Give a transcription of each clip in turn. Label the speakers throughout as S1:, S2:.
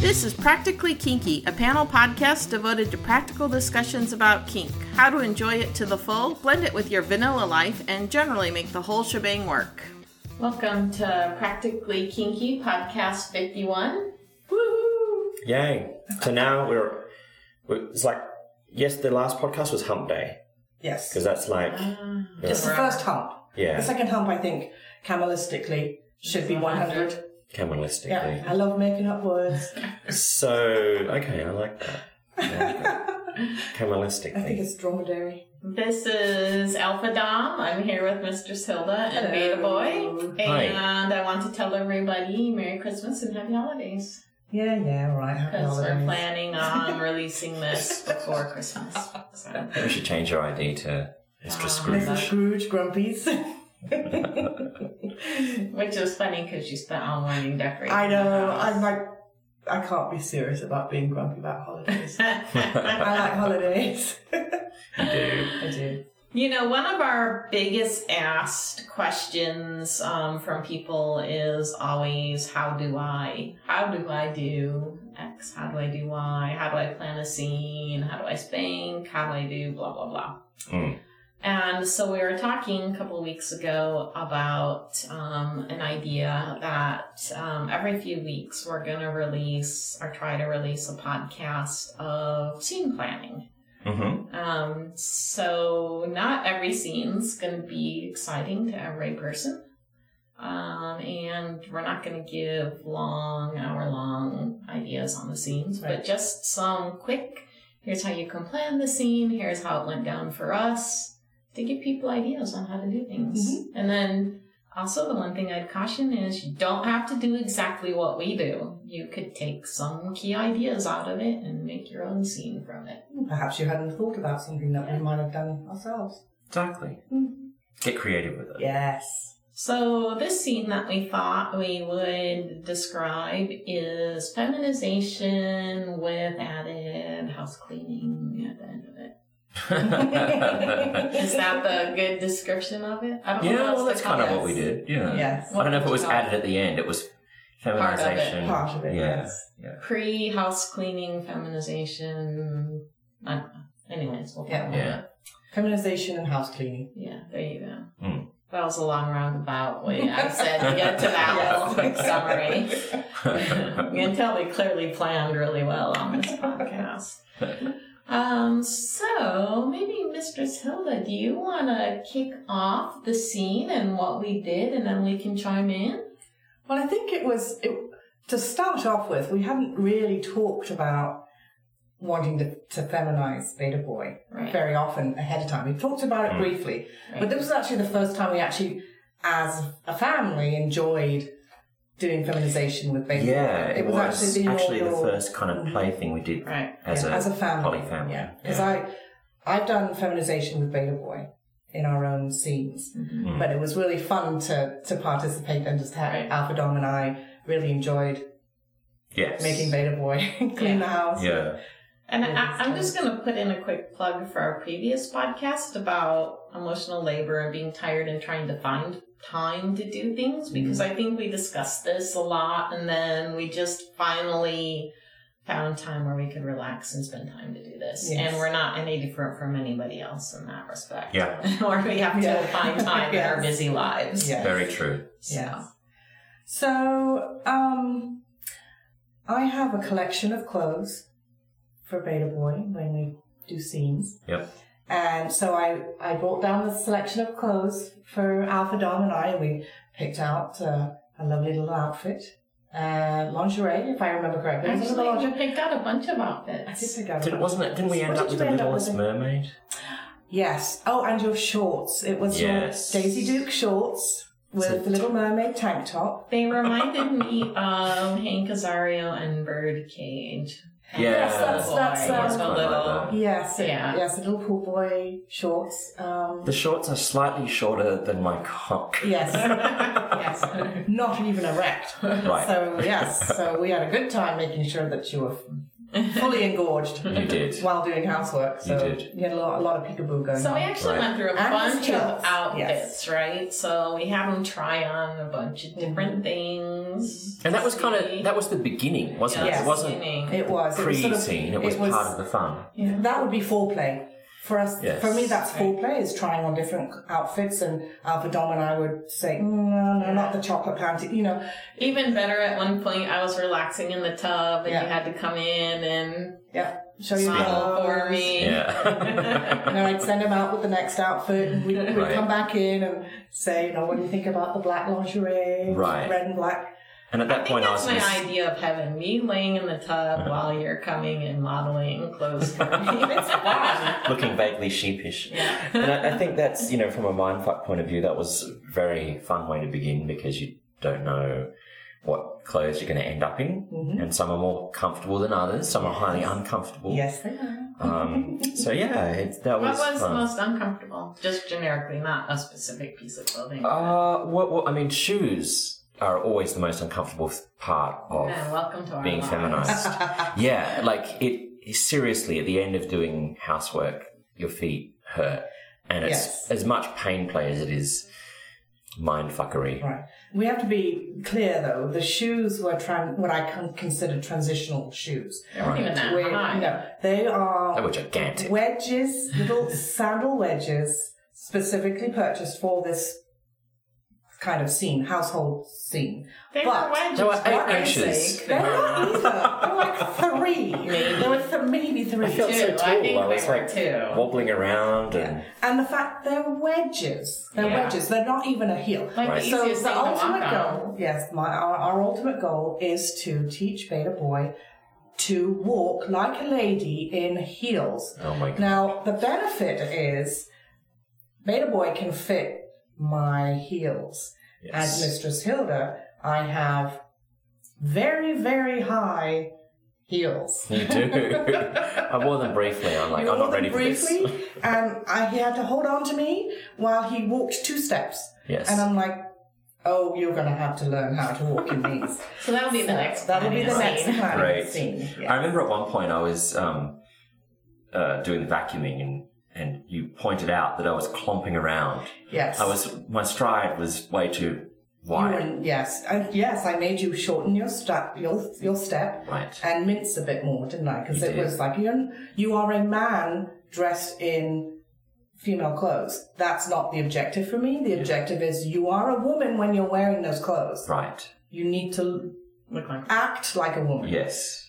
S1: This is Practically Kinky, a panel podcast devoted to practical discussions about kink, how to enjoy it to the full, blend it with your vanilla life, and generally make the whole shebang work. Welcome to Practically Kinky Podcast 51. Woo!
S2: Yay. So now we're, we- it's like, yes, the last podcast was hump day.
S3: Yes.
S2: Because that's like,
S3: Ah. It's the first hump. The
S2: yeah,
S3: second hump, I think, camelistically, should be 100.
S2: Kamelistically.
S3: Yeah. I love making up words.
S2: So, okay, I like that. Kamelistically.
S3: I think it's dromedary.
S1: This is Alpha Dom. I'm here with Mistress Hilda and Beta Boy.
S2: Hi.
S1: And I want to tell everybody Merry Christmas and Happy Holidays.
S3: Yeah, yeah, all right. Happy
S1: Because we're
S3: holidays.
S1: planning on releasing this before Christmas. So.
S2: we should change our ID to
S3: Ah.
S2: Mr.
S3: Mrs.
S2: Scrooge.
S3: Scrooge, Grumpies.
S1: Which is funny because you spent all morning decorating.
S3: I know.
S1: the house.
S3: I'm like, I can't be serious about being grumpy about holidays. I like holidays.
S2: You do.
S3: I do.
S1: you know, one of our biggest asked questions um, from people is always, "How do I? How do I do X? How do I do Y? How do I plan a scene? How do I spank? How do I do blah blah blah?"
S2: Mm.
S1: And so we were talking a couple of weeks ago about um, an idea that um, every few weeks we're going to release or try to release a podcast of scene planning.
S2: Mm-hmm.
S1: Um, so not every scene's going to be exciting to every person. Um, and we're not going to give long, hour long ideas on the scenes, but
S3: Right.
S1: just some quick, here's how you can plan the scene, here's how it went down for us to give people ideas on how to do things. And then also the one thing I'd caution is you don't have to do exactly what we do. You could take some key ideas out of it and make your own scene from it.
S3: Perhaps you hadn't thought about something that we might have done ourselves.
S2: Exactly.
S3: Mm.
S2: Get creative with it.
S3: Yes.
S1: So, this scene that we thought we would describe is feminization with added house cleaning at the end of it. Is that the good description of it? I don't
S2: yeah,
S1: know what
S2: well,
S1: else
S2: that's
S1: to
S2: kind of
S1: call
S2: what we
S1: this.
S2: did. Yeah.
S3: Yes.
S2: I don't know if it was
S1: Part of
S2: added at the end. It was
S1: Part of it.
S2: feminization.
S3: Part of it,
S2: Yeah.
S3: yes.
S2: yeah.
S1: Pre house cleaning feminization. I don't know. Anyways, we'll
S3: Yeah.
S1: talk about
S2: Yeah.
S1: it.
S3: Feminization and house cleaning.
S1: Yeah, there you go.
S2: Hmm.
S1: That was a long roundabout way. I said to get to that little quick summary. you can tell we clearly planned really well on this podcast. Um, so maybe Mistress Hilda, do you want to kick off the scene and what we did, and then we can chime in?
S3: Well, I think it was it, to start off with. We hadn't really talked about wanting to, to feminize Beta Boy
S1: Right.
S3: very often ahead of time. We talked about it
S2: Mm.
S3: briefly,
S1: Right.
S3: but this was actually the first time we actually, as a family, enjoyed doing feminization with Beta
S2: Yeah,
S3: Boy.
S2: it, was, actually, the,
S3: inaugural- Mm-hmm.
S2: first kind of play thing we did
S1: Right.
S2: as,
S3: yeah,
S2: a,
S3: as a family.
S2: poly family.
S3: Yeah, because I I've done feminization with Beta Boy in our own scenes.
S1: Mhm.
S2: Mm.
S3: but it was really fun to to participate and just have
S1: Right.
S3: Alpha Dom and I really enjoyed
S2: yes.
S3: making Beta Boy clean the house.
S2: Yeah.
S1: And
S3: Yeah,
S1: I,
S3: that's
S1: I'm
S3: true.
S1: just going to put in a quick plug for our previous podcast about emotional labor and being tired and trying to find time to do
S3: Mm-hmm.
S1: things because I think we discussed this a lot and then we just finally found time where we could relax and spend time to do this.
S3: Yes.
S1: And we're not any different from anybody else in that respect.
S2: Yeah.
S1: or we have to
S3: Yeah.
S1: find time in our
S3: Yes.
S1: busy lives.
S3: Yes.
S2: Very true.
S1: So.
S3: Yes. So um, I have a collection of clothes for Beta Boy when we do scenes.
S2: Yep.
S3: And so I, I brought down the selection of clothes for Alpha Dom and I, and we picked out uh, a lovely little outfit, uh, lingerie, if I remember correctly. It was a little
S1: Actually, we
S3: lingerie.
S1: picked out a bunch of
S3: I
S1: outfits.
S3: did pick out.
S2: Did, wasn't it? Didn't we end
S3: What
S2: up with
S3: did you
S2: the
S3: end up with?
S2: Littlest Mermaid?
S3: Yes. Oh, and your shorts. It was
S2: Yes.
S3: your Daisy Duke shorts with the Little Mermaid tank top.
S1: They reminded me of Hank Azario and Birdcage. And
S2: Yeah. Yes,
S3: that's-
S1: Boy
S3: that's,
S1: with
S3: um,
S1: the
S2: Quite like that.
S3: Yes. it-
S1: Yeah.
S3: Yes, the little pool boy shorts. Um,
S2: The shorts are slightly shorter than my cock.
S3: yes.
S1: yes.
S3: Not even erect.
S2: Right.
S3: So yes. So we had a good time making sure that you were fully engorged
S4: You did.
S3: while doing housework. So
S4: You did.
S3: we had a lot, a lot of peekaboo going
S1: So we
S3: on.
S1: actually
S4: Right.
S1: went through a
S3: And
S1: bunch
S3: skills.
S1: of outfits,
S3: Yes. Mm-hmm.
S1: right? So we had them try on a bunch of different things.
S4: And that was kind
S1: See?
S4: of that was the beginning, wasn't
S1: Yeah,
S4: it? It wasn't
S1: beginning.
S3: It was it was sort of-
S4: pre-scene. It was, part of the fun.
S3: That would be foreplay. For us,
S4: Yes.
S3: for me, that's foreplay is trying on different outfits, and Alpha Dom and I would say, "Mm, no, no, not the chocolate panty, you know.
S1: Even better, at one point, I was relaxing in the tub, and
S3: Yeah.
S1: you had to come in and
S3: Yeah, show your
S1: smile
S3: colours."
S1: for me.
S4: Yeah.
S3: And then I'd send him out with the next outfit, and we'd, we'd
S4: Right.
S3: come back in and say, you know, what do you think about the black lingerie?
S4: Right.
S3: Red and black.
S4: and at that
S1: I think
S4: point, I was
S1: that's my
S4: just,
S1: idea of heaven. Me laying in the tub while you're coming and modeling clothes for me. It's fun.
S2: looking vaguely sheepish.
S1: Yeah.
S2: And I, I
S1: think
S2: think that's, you know, from a mindfuck point of view, that was a very fun way to begin because you don't know what clothes you're going to end up in.
S1: Mm-hmm.
S3: Mhm.
S2: And some are more comfortable than others, some are highly uncomfortable.
S3: Yes, they are.
S2: Um, so, yeah, it, that
S1: what
S2: was.
S1: was the
S2: fun.
S1: most uncomfortable? Just generically, not a specific piece of clothing.
S2: Uh, what, what, I mean, shoes are always the most uncomfortable part of
S1: Yeah, welcome to our
S2: being
S1: lives.
S2: feminized. yeah, like it seriously at the end of doing housework, your feet hurt, and it's
S3: Yes.
S2: as much pain play as it is mind fuckery.
S3: Right. We have to be clear though. The shoes were tran- what I con- consider transitional shoes.
S4: Ah.
S1: They weren't even that
S3: Where-
S1: high.
S3: no, they are
S2: They were gigantic.
S3: wedges, little sandal wedges, specifically purchased for this kind of scene, household scene.
S1: They
S3: But-
S1: were wedges.
S2: They were
S1: for
S2: eight
S1: Christ's
S2: inches.
S1: sake.
S3: They're not either. They're like three. They were th- maybe
S2: I
S3: three.
S2: felt so
S1: Two, I
S2: tall. I,
S1: think they
S2: was
S1: were
S2: like
S1: two.
S2: wobbling around, and
S3: Yeah. And the fact they're wedges. They're
S1: Yeah.
S3: wedges. They're not even a heel.
S1: Like
S2: Right.
S1: the
S3: so
S1: easiest thing
S3: the
S1: to walk
S3: ultimate
S1: on.
S3: goal, yes, my our, our ultimate goal is to teach Beta Boy to walk like a lady in heels.
S2: oh my god,
S3: Now the benefit is Beta Boy can fit my heels.
S2: yes.
S3: As Mistress Hilda, I have very very high heels.
S2: you do. I wore them briefly. I'm like,
S3: You
S2: I'm not
S3: hold them
S2: ready for
S3: briefly,
S2: this.
S3: and I, he had to hold on to me while he walked two steps,
S2: Yes,
S3: and I'm like. Oh, you're going to have to learn how to walk in these.
S1: So that'll be the next.
S3: That'll be the
S1: planning
S3: next
S1: scene.
S3: planning
S2: Great.
S3: scene.
S2: I remember at one point I was um, uh, doing the vacuuming, and and you pointed out that I was clomping around.
S3: Yes.
S2: I was my stride was way too
S3: You
S2: wide.
S3: were- yes. I, yes, I made you shorten your step, your, your step
S2: Right.
S3: and mince a bit more, didn't I? Because
S2: You
S3: it
S2: did.
S3: was like you're you are a man dressed in female clothes. That's not the objective for me. The objective is you are a woman when you're wearing those clothes.
S2: Right.
S3: You need to
S1: Look like
S3: act like a woman.
S2: Yes.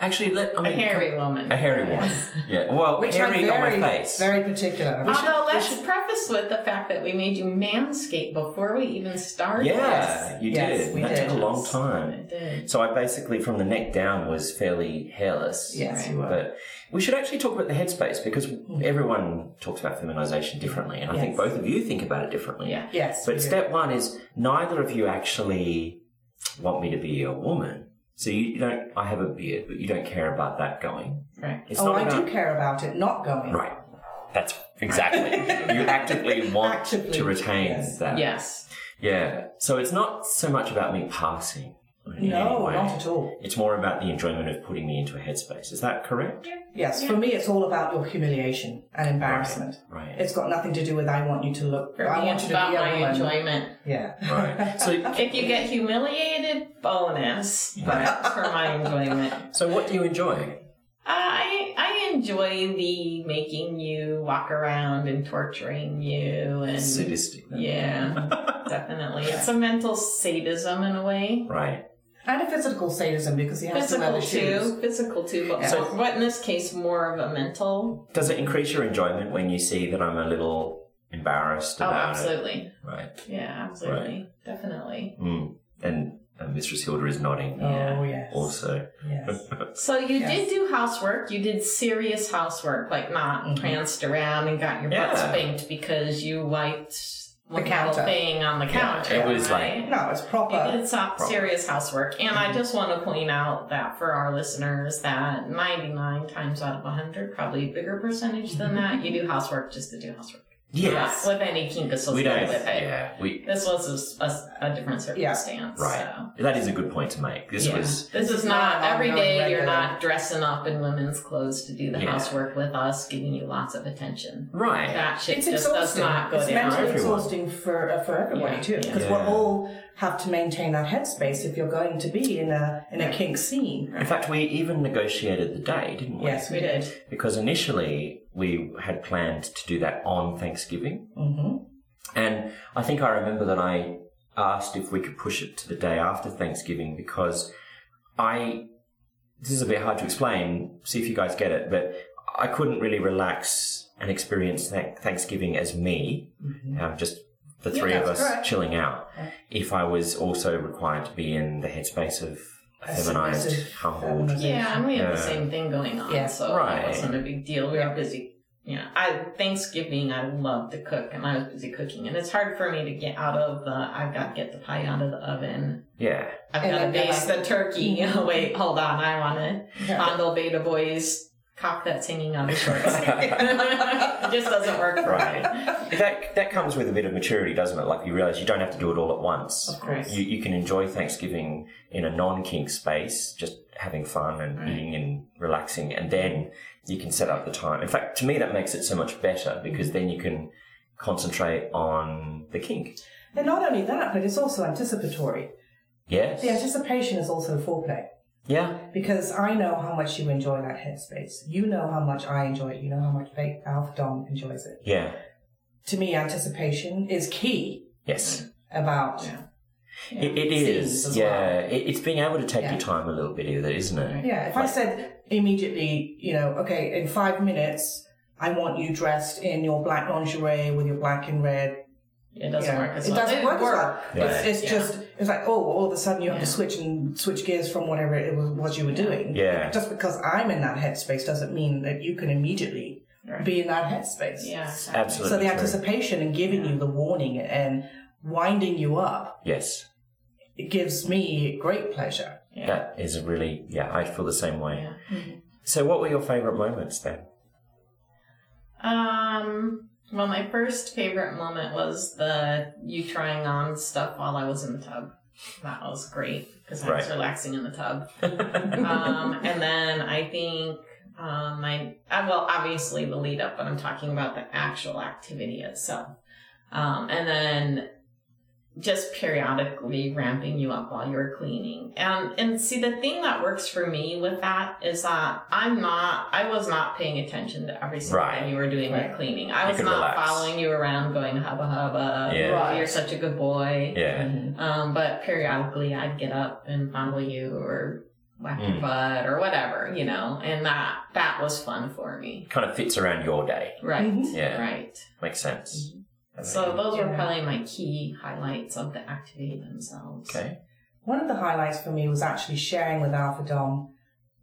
S2: Actually, let, I
S1: a
S2: mean,
S1: hairy woman.
S2: A hairy one. Yeah. Well,
S3: Which I'm
S2: hairy
S3: very,
S2: on my face.
S3: very particular. about.
S1: Although let's preface with the fact that we made you manscape before we even started.
S2: yeah, you
S3: Yes,
S2: did.
S3: we
S2: that
S3: did.
S2: took a long
S1: I
S2: time.
S1: did.
S2: So I basically, from the neck down, was fairly hairless.
S3: Yes, you were. Hmm.
S2: But we should actually talk about the headspace because everyone talks about feminization differently, and I think
S3: Yes.
S2: both of you think about it differently.
S1: Yeah.
S3: yes.
S2: But
S3: you did.
S2: step one is neither of you actually want me to be a woman. So you you don't. I have a beard, but you don't care about that going.
S1: Right.
S2: It's
S3: oh,
S2: not
S3: I
S2: about
S3: do care about it not going.
S2: Right. That's exactly. you actively want
S3: Actively,
S2: to retain
S3: yes.
S2: that.
S1: Yes.
S2: Yeah. So it's not so much about me passing. in any
S3: No,
S2: way.
S3: not at all.
S2: It's more about the enjoyment of putting me into a headspace. Is that correct?
S3: Yes, for me, it's all about your humiliation and embarrassment.
S2: Right.
S3: It's got nothing to do with I want you to look.
S1: For
S3: I
S1: me,
S3: want
S1: it's
S3: you to
S1: about
S3: be a
S1: my
S3: woman.
S1: enjoyment.
S3: Yeah.
S2: Right. So,
S1: If you get humiliated, bonus.
S2: Right.
S1: But for my enjoyment.
S2: so what do you enjoy?
S1: I I enjoy the making you walk around and torturing you and
S2: Sadistic. then.
S1: yeah, definitely. It's a mental sadism in a way.
S2: Right.
S3: And a physical sadism because he has to wear
S1: Physical
S3: the shoes.
S1: too, physical too, but,
S3: Yeah.
S1: but but in this case more of a mental.
S2: Does it increase your enjoyment when you see that I'm a little embarrassed
S1: Oh,
S2: about it?
S1: absolutely.
S2: Right.
S1: Yeah, absolutely, definitely.
S2: Mm. And, and Mistress Hilda is nodding.
S1: Yeah.
S3: Oh yes.
S2: Also.
S3: Yes.
S1: So you
S3: Yes.
S1: did do housework. You did serious housework, like not
S3: Mhm.
S1: pranced around and got your butt
S2: Mm-hmm. Yeah.
S1: spanked because you wiped
S3: The
S1: one little
S3: counter.
S1: thing on the counter.
S2: it was like-
S1: right?
S3: No, it's
S1: It-
S3: proper.
S1: It's not
S2: Problem.
S1: serious housework. And I just want to point out that for our listeners, that 99 times out of 100, probably a bigger percentage than that, you do housework just to do housework.
S2: Yes.
S1: Not with any kink associated
S2: we don't.
S1: with it.
S2: Yeah, we.
S1: This was a s- a, s- a different circumstance.
S2: Right.
S1: So.
S2: That is a good point to make. This
S1: yeah.
S2: was.
S1: this
S3: This
S1: is
S3: is not
S1: not
S3: on
S1: every
S3: the
S1: day you're
S3: regular.
S1: not dressing up in women's clothes to do the
S2: Yeah.
S1: housework with us, giving you lots of attention.
S2: Right.
S1: That shit
S3: It's
S1: just does
S3: exhausting.
S1: not go
S3: it's
S1: down.
S3: mentally
S2: Everyone.
S3: exhausting for uh, for everybody
S1: Yeah.
S3: too, because
S2: Yeah.
S3: we will all have to maintain that headspace if you're going to be in a in a kink scene.
S2: In fact, we even negotiated the day, didn't we?
S3: Yes,
S1: we did.
S2: Because initially we had planned to do that on Thanksgiving.
S3: hmm
S2: And I think I remember that I asked if we could push it to the day after Thanksgiving because I. This is a bit hard to explain, see if you guys get it, but I couldn't really relax and experience thank- Thanksgiving as me, um, just the
S3: Mm-hmm. Yeah,
S2: three of us
S3: that's correct.
S2: chilling out,
S3: Yeah.
S2: if I was also required to be in the headspace of a
S3: A
S2: feminized
S3: submissive
S2: humbled
S3: feminine.
S1: Yeah, and we had the
S2: Yeah.
S1: same thing going on,
S3: Yeah.
S1: so
S2: Right.
S1: it wasn't a big deal. We were busy. You know, I Thanksgiving I love to cook, and I was busy cooking, and it's hard for me to get out of the. I've got to get the pie out of the oven.
S2: Yeah.
S1: I've
S3: And
S1: got
S3: then
S1: to
S3: go
S1: baste the
S3: back-
S1: turkey. Wait, hold on. I want to fondle Beta Boy's cock that's hanging on his shorts. it just doesn't work for
S2: Right. That that comes with a bit of maturity, doesn't it? Like you realise you don't have to do it all at once.
S3: Of course.
S2: You you can enjoy Thanksgiving in a non kink space, just having fun and
S1: Right.
S2: eating and relaxing, and then you can set up the time. In fact, to me, that makes it so much better because
S3: Mm-hmm.
S2: then you can concentrate on the kink.
S3: And not only that, but it's also anticipatory.
S2: Yes.
S3: The anticipation is also foreplay
S2: Yeah.
S3: because I know how much you enjoy that headspace. You know how much I enjoy it. You know how much Ba- Alpha Dom enjoys it.
S2: Yeah.
S3: To me, anticipation is key
S2: Yes.
S3: about
S1: Yeah.
S3: Yeah.
S2: It, it
S3: Scenes
S2: is.
S3: as
S2: Yeah.
S3: well.
S2: It, it's being able to take
S3: Yeah.
S2: your time a little bit either, isn't it?
S1: Right.
S3: Yeah, if I said immediately, you know, okay, in five minutes, I want you dressed in your black lingerie with your black and red.
S1: It doesn't
S3: you know,
S1: work as
S3: it
S1: well.
S3: doesn't work. as well.
S1: worked,
S2: Yeah.
S1: but
S3: It's, it's
S1: yeah.
S3: just, it's like, oh, all of a sudden you have to
S1: Yeah.
S3: switch and switch gears from whatever it was, was you were doing.
S2: Yeah.
S3: Just because I'm in that headspace doesn't mean that you can immediately
S1: Right.
S3: be in that headspace.
S1: yeah,
S2: Absolutely.
S3: So the
S2: true.
S3: anticipation and giving you the warning and winding you up,
S2: Yes.
S3: it gives me great pleasure.
S1: Yeah.
S2: That is really. Yeah. I feel the same way.
S1: Yeah.
S2: So, what were your favourite moments then?
S1: Um. Well, my first favorite moment was the you trying on stuff while I was in the tub. That was great because I was
S2: Right.
S1: relaxing in the tub. um, and then I think um, my uh, well, obviously the lead up, but I'm talking about the actual activity itself. Um, and then just periodically ramping you up while you're cleaning. And and see the thing that works for me with that is that I'm not I was not paying attention to every single
S2: Right.
S1: thing you were doing
S3: Right.
S1: with cleaning. I
S2: You
S1: was
S2: can
S1: not
S2: relax.
S1: following you around going hubba hubba.
S2: Yeah.
S3: Right.
S1: You're such a good boy.
S2: Yeah.
S1: Um, but periodically I'd get up and fondle you or whack your
S2: Mm.
S1: butt or whatever, you know, and that that was fun for me.
S2: Kind of fits around your day.
S1: Right.
S3: Mhm.
S2: Yeah.
S1: Right.
S2: Makes sense.
S1: Mm-hmm. So those were
S3: Yeah.
S1: probably my key highlights of the activity themselves.
S2: Okay.
S3: One of the highlights for me was actually sharing with Alpha Dom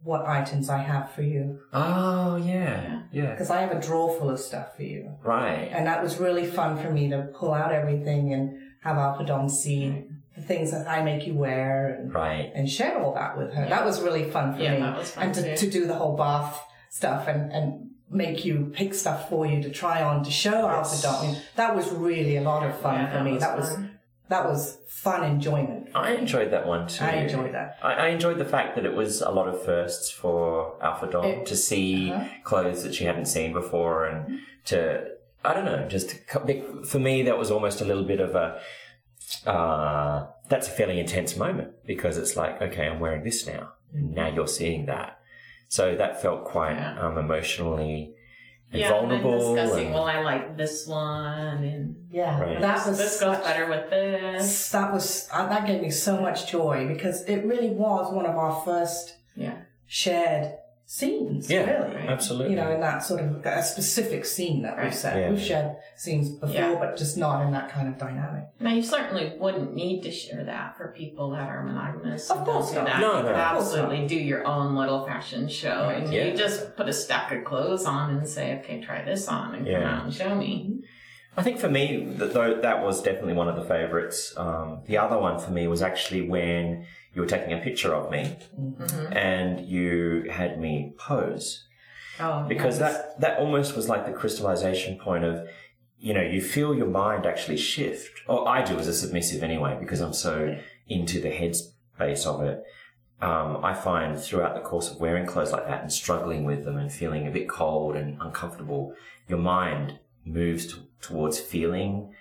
S3: what items I have for you
S2: Oh, yeah. Yeah.
S3: because I have a drawer full of stuff for you,
S2: Right.
S3: and that was really fun for me to pull out everything and have Alpha Dom see the things that I make you wear and,
S2: Right.
S3: and share all that with her. That was really fun for
S1: Yeah,
S3: me,
S1: that was fun
S3: and to,
S1: too.
S3: to do the whole bath stuff and and make you pick stuff for you to try on to show
S2: Yes.
S3: Alpha Dom. That was really a lot of fun
S1: Yeah,
S3: for me. that was
S1: fun.
S3: that was fun enjoyment.
S2: I enjoyed that one too.
S3: I enjoyed that.
S2: I, I enjoyed the fact that it was a lot of firsts for Alpha Dom
S3: It- uh-huh. Mm-hmm.
S2: to see clothes that she hadn't seen before and to, I don't know, just to co- for me, that was almost a little bit of a, uh, that's a fairly intense moment because it's like, okay, I'm wearing this now.
S3: Mm-hmm.
S2: And now you're seeing that. So that felt quite
S1: Yeah.
S2: um, emotionally and
S1: yeah,
S2: vulnerable.
S1: And then discussing,
S2: and-
S1: well, I like this one, and
S3: Yeah,
S2: Right.
S3: that was
S1: this goes
S3: such-
S1: better with this.
S3: That was uh, that gave me so much joy because it really was one of our first
S1: Yeah.
S3: shared scenes.
S2: yeah,
S3: really.
S2: absolutely.
S3: You know, in that sort of a specific scene that we've
S1: Right.
S3: said.
S2: Yeah.
S3: We've shared scenes before,
S1: Yeah.
S3: but just not in that kind of dynamic.
S1: Now, you certainly wouldn't need to share that for people that are monogamous.
S3: Of
S1: and don't
S3: course
S1: do
S3: not.
S1: That.
S2: No, no.
S1: you could
S2: Of
S3: course
S1: absolutely do your own little fashion show.
S3: Right.
S1: And
S2: Yeah.
S1: you just put a stack of clothes on and say, okay, try this on and come
S2: Yeah.
S1: out and show me.
S2: I think for me, th- though, that was definitely one of the favourites. Um, the other one for me was actually when you were taking a picture of me
S1: hmm
S2: and you had me pose
S1: Oh,
S2: because
S1: yes.
S2: that that almost was like the crystallization point of you know, you feel your mind actually shift. Or I do as a submissive anyway, because I'm so into the headspace of it. Um, I find throughout the course of wearing clothes like that and struggling with them and feeling a bit cold and uncomfortable, your mind moves t- towards feeling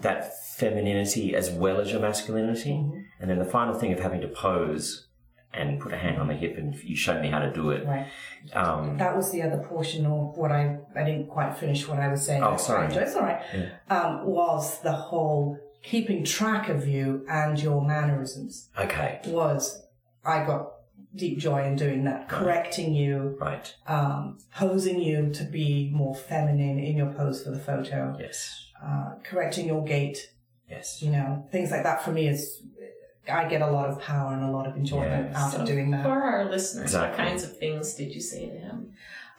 S2: that femininity as well as your masculinity. And then the final thing of having to pose and put a hand on the hip and you show me how to do it.
S3: Right.
S2: Um,
S3: That was the other portion of what I I didn't quite finish what I was saying.
S2: Oh, sorry.
S3: It's all right. Um, was the whole keeping track of you and your mannerisms
S2: okay,
S3: was I got deep joy in doing that, correcting you,
S2: right,
S3: um, posing you to be more feminine in your pose for the photo,
S2: yes,
S3: uh, correcting your gait,
S2: yes.
S3: you know, things like that. For me, is I get a lot of power and a lot of enjoyment
S2: Yes.
S3: out
S1: So
S3: of doing that.
S1: For our listeners, what
S2: Exactly.
S1: kinds of things did you say to him?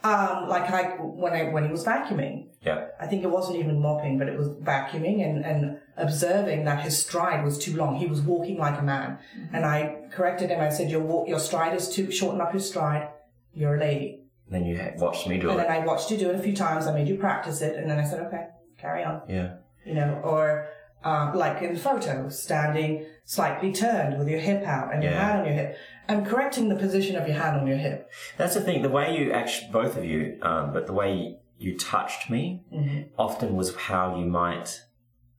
S3: Um, like I when I when he was vacuuming.
S2: Yeah.
S3: I think it wasn't even mopping, but it was vacuuming and, and observing that his stride was too long. He was walking like a man, and I corrected him. I said, "Your walk, your stride is too shorten up your stride. You're a lady."
S2: Then you ha- watched me do
S3: and
S2: it.
S3: then I watched you do it a few times. I made you practice it, and then I said, "Okay, carry on."
S2: Yeah,
S3: You know, or uh, like in the photo, standing slightly turned with your hip out and your
S2: Yeah.
S3: hand on your hip. I'm correcting the position of your hand on your hip.
S2: that's the thing. The way you actually, both of you, um, but the way you touched me
S3: Mm-hmm.
S2: often was how you might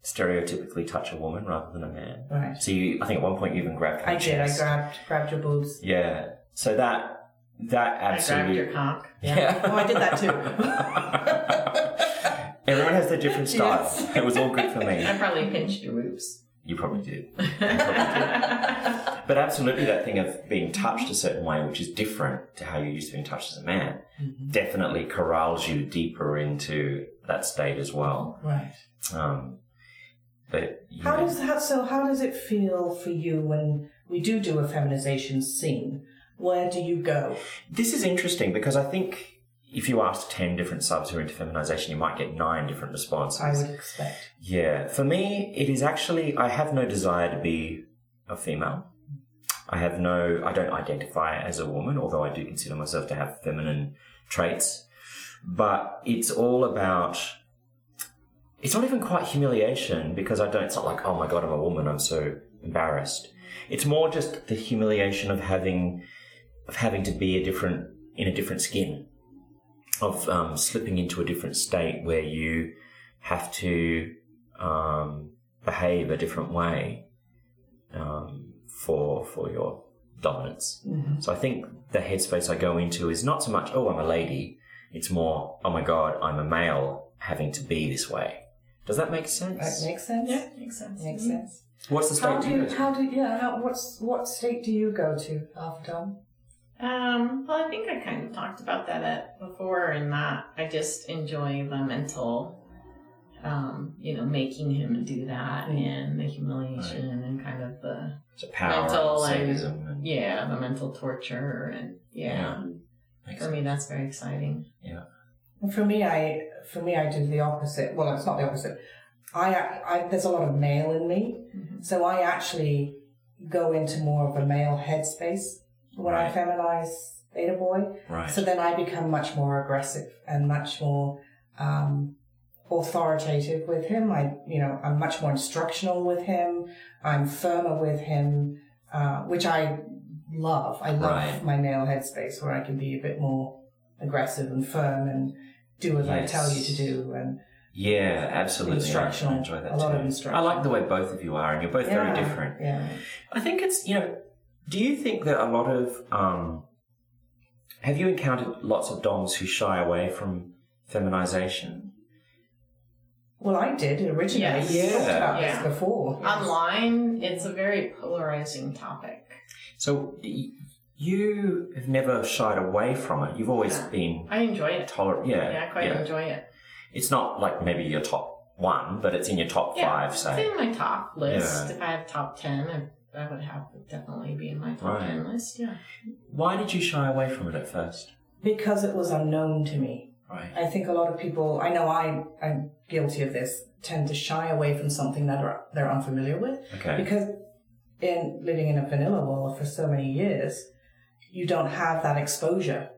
S2: stereotypically touch a woman rather than a man.
S3: Right.
S2: So you, I think at one point you even grabbed. my
S3: I did. I
S2: chest.
S3: grabbed grabbed your boobs.
S2: Yeah. So that that
S1: I grabbed your
S2: absolutely.
S1: cock.
S3: Yeah. Oh, I did that too.
S2: Everyone has their different styles. It was all good for me.
S1: I probably pinched your boobs.
S2: You probably did. You probably did. But absolutely, that thing of being touched a certain way, which is different to how you're used to being touched as a man,
S3: Mm-hmm.
S2: definitely corrals you deeper into that state as well.
S3: Right.
S2: Um, but you
S3: How
S2: know,
S3: does how, so? How does it feel for you when we do do a feminization scene? Where do you go?
S2: this is interesting because I think if you asked 10 different subs who are into feminization, you might get nine different responses.
S3: I would expect.
S2: Yeah, for me, it is actually, I have no desire to be a female. I have no, I don't identify as a woman, although I do consider myself to have feminine traits. But it's all about, it's not even quite humiliation because I don't, it's not like, oh my God, I'm a woman, I'm so embarrassed. It's more just the humiliation of having, of having to be a different, in a different skin, of um, slipping into a different state where you, have to um, behave a different way um, for for your dominance. So I think the headspace I go into is not so much oh I'm a lady. It's more oh my god I'm a male having to be this way. Does that make
S3: That
S2: sense?
S3: makes sense.
S1: Yeah, makes sense.
S3: Makes
S1: Mhm.
S3: sense.
S2: What's the
S3: How
S2: state
S3: do
S2: you
S3: you,
S2: go to?
S3: how do yeah? How, what's what state do you go to after dawn?
S1: Um, well, I think I kind of talked about that at, before in that I just enjoy the mental, um, you know, making him do that and the humiliation and kind of the,
S2: So Mm. power
S1: mental
S2: and
S1: and-
S2: sadism. And,
S1: yeah, the mental torture. And yeah,
S2: Makes
S1: for me, that's very exciting.
S3: Well, For me, I for me I do the opposite. Well, it's not the opposite. I, I there's a lot of male in me, so I actually go into more of a male headspace when I
S2: Right.
S3: feminize Theta Boy.
S2: right.
S3: So then I become much more aggressive and much more um, authoritative with him. I, you know, I'm much more instructional with him. I'm firmer with him, uh, which I love. I love
S2: Right.
S3: my male headspace where I can be a bit more aggressive and firm and do as I tell you to
S2: Yes.
S3: do. And
S2: yeah, absolutely.
S3: Instructional.
S2: I enjoy that
S3: A lot
S2: too.
S3: of
S2: I
S3: instruction.
S2: like the way both of you are, and you're both very different.
S3: Yeah.
S2: I think it's you know. Do you think that a lot of um, have you encountered lots of doms who shy away from feminization?
S3: Well, I did originally.
S1: Yes.
S3: We talked
S2: Yeah.
S3: about
S1: Yeah.
S3: this before.
S1: Online, it's a very polarizing topic.
S2: So y- you have never shied away from it. You've always
S1: No.
S2: been
S1: I enjoy it.
S2: tolerant. Yeah,
S1: Yeah, I quite enjoy it.
S2: It's not like maybe your top one, but it's in your top
S1: Yeah,
S2: five.
S1: it's
S2: Say
S1: in my top list.
S2: Yeah.
S1: If I have top 10, I, I would have definitely be in my top
S2: Right.
S1: 10 list. Yeah.
S2: why did you shy away from it at first?
S3: Because it was unknown to me.
S2: Right.
S3: I think a lot of people, I know I, I'm guilty of this, tend to shy away from something that are, they're unfamiliar with.
S2: Okay.
S3: Because in living in a vanilla world for so many years, you don't have that exposure.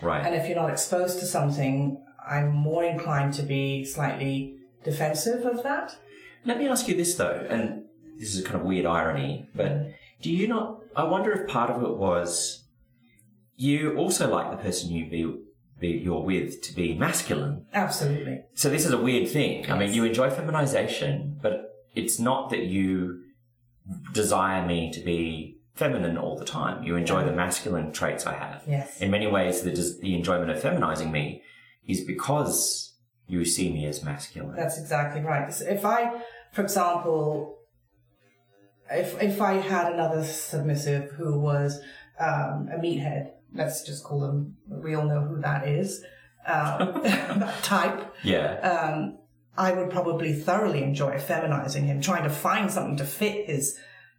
S2: Right.
S3: And if you're not exposed to something, I'm more inclined to be slightly defensive of that.
S2: Let me ask you this though, and this is a kind of weird irony, but do you not? I wonder if part of it was you also like the person you be, be you're with to be masculine.
S3: Absolutely.
S2: So this is a weird thing. I mean, you enjoy feminization, but it's not that you desire me to be feminine all the time. You enjoy the masculine traits I have.
S3: Yes.
S2: In many ways, the des- the enjoyment of feminizing me is because you see me as masculine.
S3: That's exactly right. So if I, for example, if if I had another submissive who was um, a meathead, let's just call them. We all know who that is. Um, that type.
S2: yeah.
S3: Um, I would probably thoroughly enjoy feminizing him, trying to find something to fit his,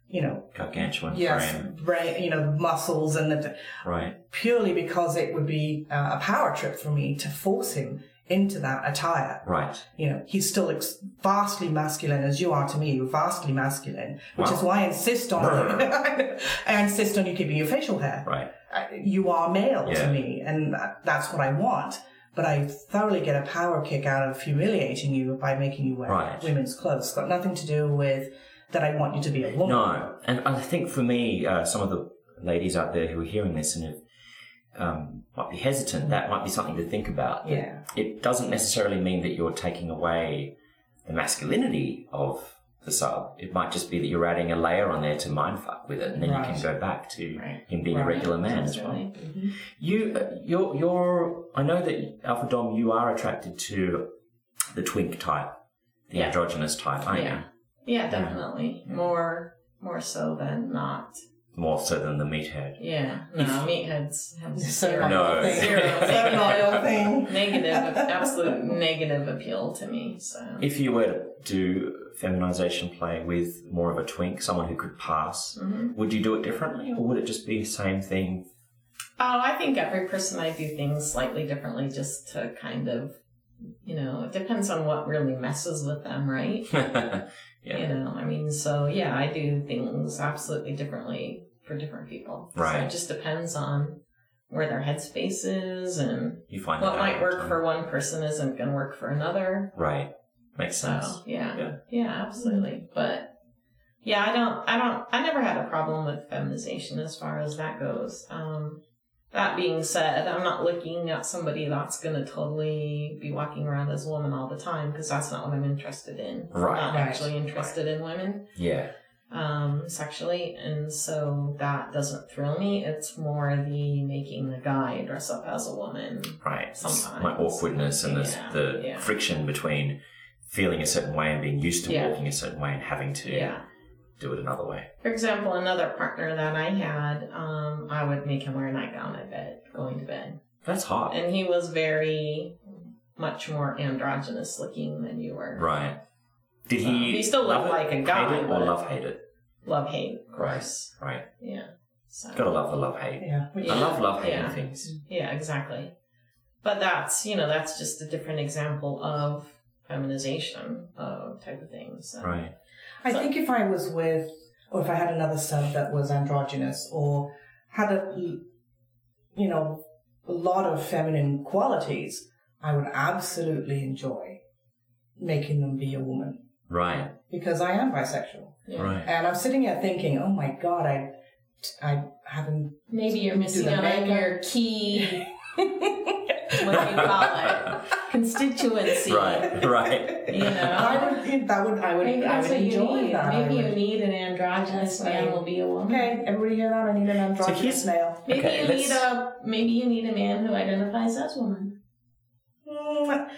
S3: you know,
S2: Gargantuan
S3: yes,
S2: frame.
S3: brain, you know, muscles and the
S2: Right.
S3: purely because it would be uh, a power trip for me to force him into that attire.
S2: Right.
S3: You know, he's still ex- vastly masculine as you are to me. You're vastly masculine, which is
S2: Wow.
S3: why I insist on I insist on you keeping your facial hair.
S2: Right.
S3: Uh, You are male
S2: Yeah.
S3: to me, and that, that's what I want. But I thoroughly get a power kick out of humiliating you by making you wear
S2: Right.
S3: women's clothes. It's got nothing to do with that I want you to be a woman.
S2: No, and I think for me, uh, some of the ladies out there who are hearing this and have, um, might be hesitant, that might be something to think about.
S3: Yeah.
S2: It doesn't necessarily mean that you're taking away the masculinity of the sub. It might just be that you're adding a layer on there to mindfuck with it, and then you can
S3: Right.
S2: go back to
S1: Right.
S2: him being a
S3: Right.
S2: regular man as well. You, uh, you're, you're. I know that Alpha Dom, you are attracted to the twink type, the
S1: Yeah.
S2: androgynous type, aren't
S1: Yeah. Yeah, definitely. More more so than not.
S2: you? More so than the meathead.
S1: Yeah. No, meatheads have zero,
S2: No.
S1: zero
S3: Third oil thing.
S1: negative, absolute negative appeal to me. So
S2: If you were to do feminization play with more of a twink, someone who could pass,
S1: Mhm.
S2: would you do it differently or would it just be the same thing?
S1: Oh, I think every person I do things slightly differently just to kind of, you know, it depends on what really messes with them, right?
S2: yeah.
S1: You know, I mean, so yeah, I do things absolutely differently for different people. So
S2: Right.
S1: it just depends on where their headspace is and
S2: You find
S1: what
S2: that
S1: might
S2: out
S1: work
S2: over
S1: for one person isn't going to work for another.
S2: time. Right. Makes sense.
S1: So yeah.
S2: Yeah.
S1: yeah, absolutely. But yeah, I don't, I don't, I never had a problem with feminization as far as that goes. Um, that being said, I'm not looking at somebody that's going to totally be walking around as a woman all the time because that's not what I'm interested in.
S2: Right.
S1: I'm not
S3: Right.
S1: actually interested in women
S2: Yeah.
S1: um, sexually, and so that doesn't thrill me. It's more the making the guy dress up as a woman.
S2: Right. It's
S1: Sometimes.
S2: My awkwardness and this,
S1: Yeah,
S2: the
S1: yeah.
S2: friction between feeling a certain way and being used to
S1: Yeah.
S2: walking a certain way and having to
S1: yeah.
S2: do it another way.
S1: For example, another partner that I had, um, I would make him wear a nightgown at bed, going to bed.
S2: That's hot.
S1: And he was very much more androgynous looking than you were.
S2: right. Did he,
S1: He still
S2: love
S1: looked
S2: it,
S1: like a guy,
S2: hate it or
S1: but-
S2: love hate it?
S1: Love hate, of course.
S2: Right.
S1: Yeah. So
S2: Gotta love the love hate.
S3: Yeah.
S1: Yeah.
S2: I love love hating
S1: Yeah.
S2: things.
S1: Yeah, exactly. But that's you know, that's just a different example of feminization of type of thing. So
S2: Right.
S3: I
S1: So-
S3: think if I was with, or if I had another sub that was androgynous or had a, you know, a lot of feminine qualities, I would absolutely enjoy making them be a woman
S2: Right.
S3: because I am bisexual.
S1: yeah. Uh,
S2: Right.
S3: And I'm sitting here thinking, oh my God, I, I haven't,
S1: Maybe you're
S3: Do
S1: missing
S3: the
S1: out on
S3: makeup.
S1: your key what do you call it? Constituency.
S2: Right, right.
S1: You know.
S3: I would, that would, I would,
S1: Maybe
S3: I
S1: that's
S3: would
S1: what you
S3: enjoy
S1: need.
S3: that. I
S1: Maybe you
S3: would-
S1: need an androgynous
S3: That's
S1: man
S3: right.
S1: will be a woman.
S3: Okay, everybody hear that? I need an androgynous
S2: here's-
S3: male.
S1: Maybe
S2: Okay,
S1: you
S2: let's-
S1: need a maybe you need a man who identifies as woman.
S3: Mm,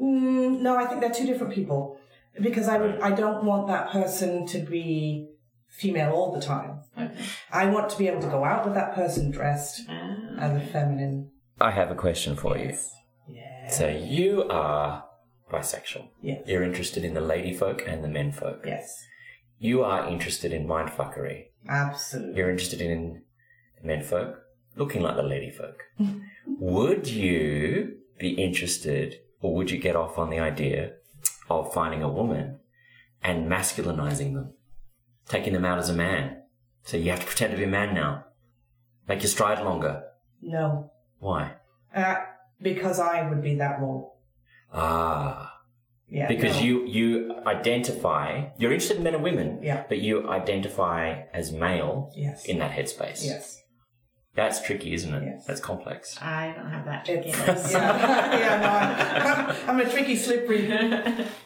S3: mm, no, I think they're two different people because I would I don't want that person to be female all the time.
S1: Okay.
S3: I want to be able to go out with that person dressed
S1: Ah.
S3: as a feminine.
S2: I have a question for
S3: Yeah.
S2: you. So you are bisexual.
S3: Yes.
S2: You're interested in the lady folk and the men folk.
S3: Yes.
S2: You are interested in mindfuckery.
S3: Absolutely.
S2: You're interested in men folk looking like the lady folk. would you be interested or would you get off on the idea of finding a woman and masculinizing them? Taking them out as a man. So you have to pretend to be a man now. Make your stride longer.
S3: No.
S2: Why?
S3: Uh, because I would be that role.
S2: Ah,
S3: Yeah.
S2: because
S3: no.
S2: you you identify you're interested in men and women
S3: Yeah.
S2: but you identify as male
S3: Yes.
S2: in that headspace
S3: Yes.
S2: that's tricky isn't it
S3: Yes.
S2: that's complex
S1: I don't have that
S3: It's,
S1: trickiness.
S3: yeah, yeah, no, I'm, I'm a tricky, slippery.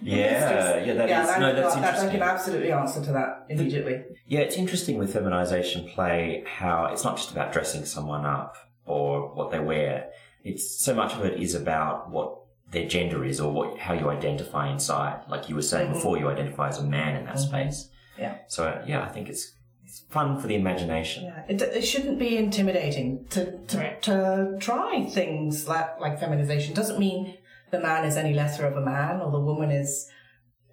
S2: yeah yeah that is
S3: yeah, that-
S2: no that's
S3: that- I
S2: interesting
S3: can absolutely answer to that immediately.
S2: yeah it's interesting with feminization play how it's not just about dressing someone up or what they wear it's so much of it is about what their gender is or what how you identify inside like you were saying
S3: Mhm.
S2: before you identify as a man in that
S3: Mhm.
S2: space
S3: Yeah.
S2: so uh, yeah i think it's it's fun for the imagination
S3: Yeah, it, it shouldn't be intimidating to to,
S1: Right.
S3: to try things like like feminization. Doesn't mean the man is any lesser of a man or the woman is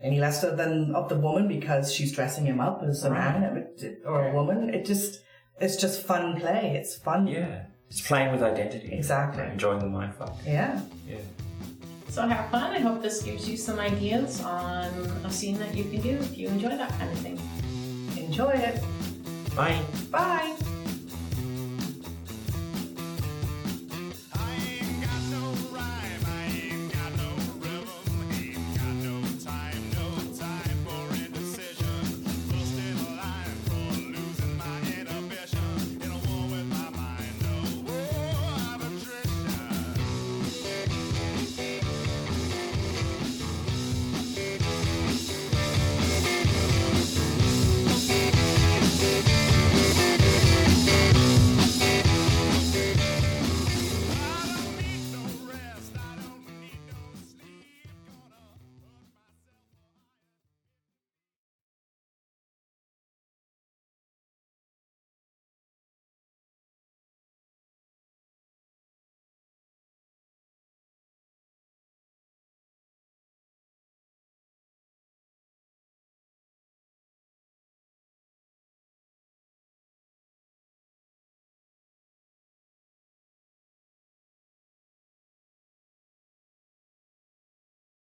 S3: any lesser than of the woman because she's dressing him up as a man or a woman. It just it's just fun play. It's fun.
S2: Yeah. It's playing with identity.
S3: Exactly.
S2: Enjoying the mindfuck.
S3: Yeah.
S2: Yeah.
S1: So have fun. I hope this gives you some ideas on a scene that you can do if you enjoy that kind of thing.
S3: Enjoy it.
S2: Bye.
S3: Bye.